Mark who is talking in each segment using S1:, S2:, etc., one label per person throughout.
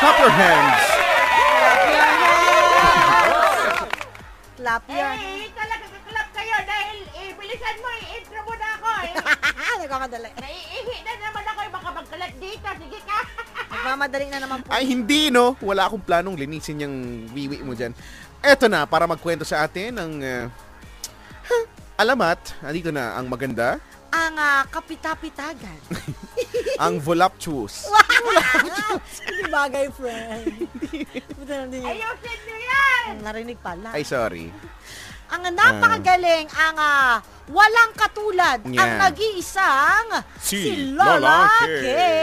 S1: Clap your hands.
S2: Clap your...
S3: Eh, talaga kaklap kayo dahil eh, bilisan mo, i-intro mo na ako eh.
S2: Nagmamadali.
S3: Naiihi na naman ako eh, baka magkalat dito. Sige ka.
S2: Nagmamadali na naman po.
S1: Ay, hindi, no? Wala akong planong linisin yung wiwi mo dyan. Eto na, para magkwento sa atin ng... eh, alamat, andito na ang maganda,
S2: Ang ah, kapitapitagan.
S1: ang voluptuous.
S2: Hindi bagay, friend. Buti na din.
S3: Ayusin niyo yan.
S2: Ang Narinig pala.
S1: Ay, Ah. sorry.
S2: Ang napakagaling, ang ah, walang katulad,
S1: Yeah.
S2: ang nag-iisang
S1: Si
S2: Lola
S1: Lalaki.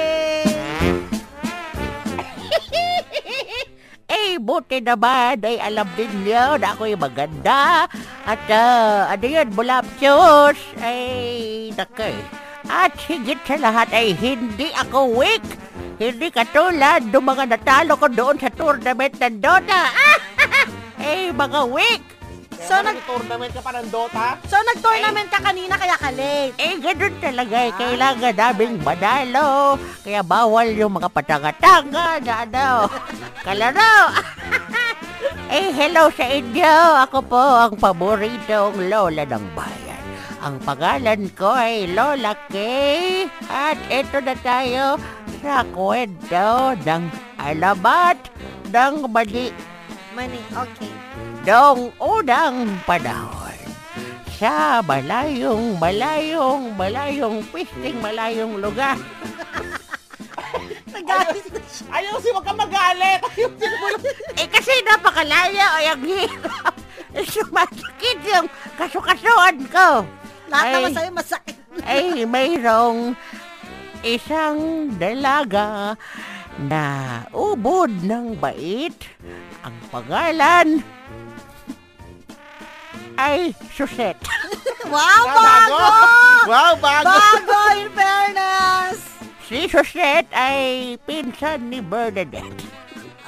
S4: Eh, buti naman ay alam din niyo na ako'y maganda. At ah, ano yun, bulapsyos, ay nakay. At higit sa lahat ay hindi ako weak. Hindi katulad ng mga natalo ko doon sa tournament ng Dota. eh, mga weak.
S2: So, nag-
S4: tournament ka pa ng Dota?
S2: So, nag-tournament ka kanina kaya ka late.
S4: Eh, ganun talaga. Eh. Kailangan naming manalo. Kaya bawal yung mga patanga-tanga na ano. Kalaro! eh, hello sa inyo. Ako po ang paboritong lola ng bayan. Ang pangalan ko ay Lola Kay. At eto na tayo sa kwento ng alamat ng mali
S2: Mani, okay.
S4: noong unang panahon. Sa malayong, malayong, malayong, pisting malayong lugar.
S2: Nagalit na siya.
S4: Ayusin, huwag kang magalit! eh kasi napakalayo ay ang hirap. Eh, Sumasakit yung kasukasuan ko.
S2: Lahat
S4: Ay.
S2: naman sa'yo masakit.
S4: ay mayroong isang dalaga na ubod ng bait. Ang pangalan ay Susette.
S2: Wow, bago!
S1: Wow, bago!
S2: Bago, in fairness!
S4: Si Susette ay pinsan ni Bernadette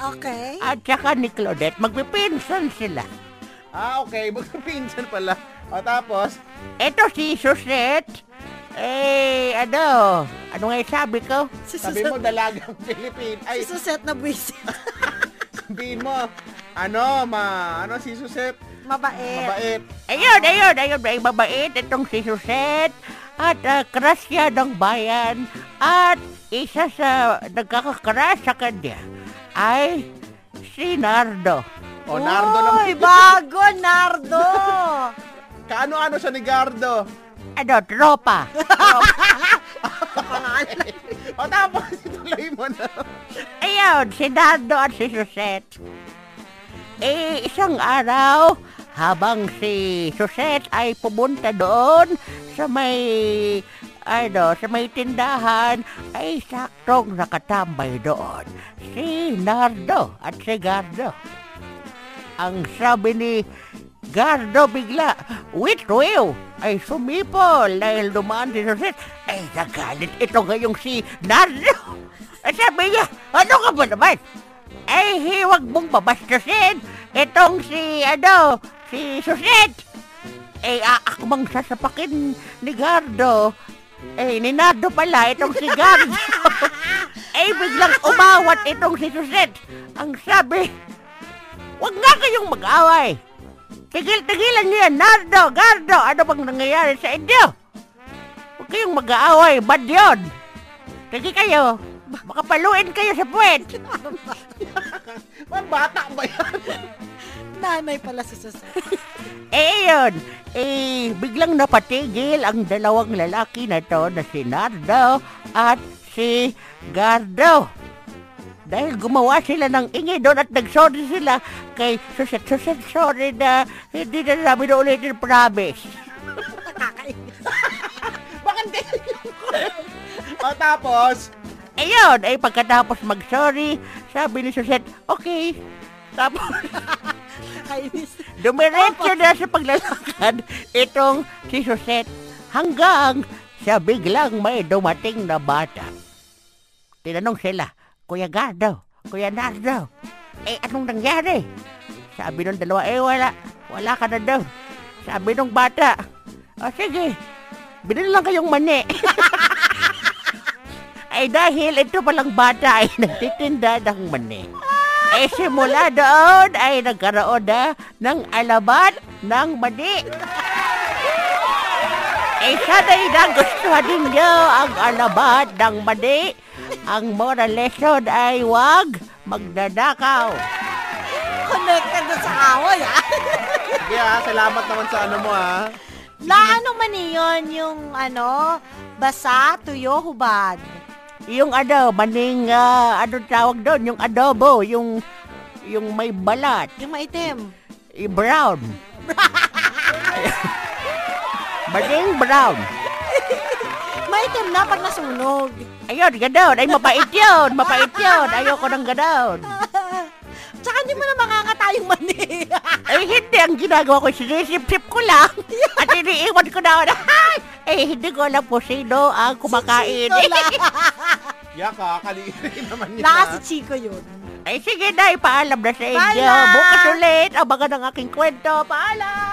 S2: Okay.
S4: at saka ni Claudette. Magpipinsan sila.
S1: Ah, okay. Magpinsan pala. O, tapos?
S4: Eto si Susette, eh ano, ano nga yung sabi ko?
S2: Si
S1: Sabi mo
S2: Suset,
S1: dalagang Pilipin. Ay,
S2: si Suset na buwisit.
S1: sabihin mo, ano, ma, ano si Suset?
S2: Mabait.
S1: Mabait.
S4: Ayun, ayun, ayun, ay mabait itong si Susette at uh, crush niya ng bayan at isa sa nagkakakrush sa kanya ay si Nardo.
S1: O, Oh, Nardo naman.
S2: Uy, bago, Nardo!
S1: Kaano-ano siya ni Gardo?
S4: Ano, tropa.
S1: o, tapos, ituloy mo na.
S4: Ayun, si Nardo at si Susette. Eh, isang araw, habang si Susette ay pumunta doon sa may, ano, sa may tindahan, ay saktong nakatambay doon si Nardo at si Gardo. Ang sabi ni Gardo bigla, Witwiw ay sumipol dahil dumaan si Jose. Ay, nagalit ito ngayong si Nardo. At sabi niya, ano ka ba naman? Ay, hiwag mong babastusin itong si, ano, si Suset. Eh, aakmang sasapakin ni Gardo. Eh, ni Nardo pala, itong si Gardo. eh, biglang umawat itong si Suset. Ang sabi, Huwag nga kayong mag-away. Tigil-tigilan niyo yan, Nardo, Gardo, ano bang nangyayari sa inyo? Huwag kayong mag-aaway, bad yun. Sige kayo, makapaluin kayo sa puwet.
S1: Man, bata ba yan?
S2: Nanay pala si Suset.
S4: Eh, yun. Eh, biglang napatigil ang dalawang lalaki na to na si Nardo at si Gardo. Dahil gumawa sila ng ingay doon at nag-sorry sila kay Suset, Suset, sorry na hindi na namin ulitin promise.
S1: Bakit ganyan yung O, tapos?
S4: Ayun, ay pagkatapos mag-sorry, sabi ni Suset, okay. Tapos,
S2: Kainis.
S4: dumiretso na sa paglalakad itong si Suset hanggang sa biglang may dumating na bata. Tinanong sila, Kuya Gardo, Kuya Nardo, eh anong nangyari? Sabi nung dalawa, eh wala, wala ka na daw. Sabi nung bata, "Ah, o sige, bilhin lang kayong mani. ay dahil ito palang bata ay nagtitinda ng mani. Eh simula doon ay nagkaroon na ng alabat ng mani. Eh sana'y nagustuhan ninyo ang alabat ng mani. Ang moral lesson ay wag magdadakaw.
S2: Connected na sa away, ah. ha?
S1: Kaya, ah, salamat naman sa ano mo, ha?
S2: La, ano man eh yun? Yung, ano, basa, tuyo, hubad.
S4: Yung ano, maning, ah, ano tawag doon, yung adobo, yung, yung may balat,
S2: Yung maitim.
S4: yung Eh, brown. maning brown.
S2: Maitim na pag nasunog.
S4: Ayun, ganoon. Ay, mapait yun. Mapait yun. Ayoko ng ganoon.
S2: Tsaka hindi mo na makakatayong mani.
S4: Ay, Eh, hindi. Ang ginagawa ko, sinisip-sip ko lang. At iniiwan ko na. Ay, eh, hindi ko alam po sino ang kumakain.
S2: Sino la?
S1: Kaya, kakaliirin ah, naman niya.
S2: La, si Chico yun.
S4: Ay, sige Eh, na, ipaalam na sa inyo.
S2: Paalam!
S4: Bukas ulit. Abangan ang aking kwento. Paalam!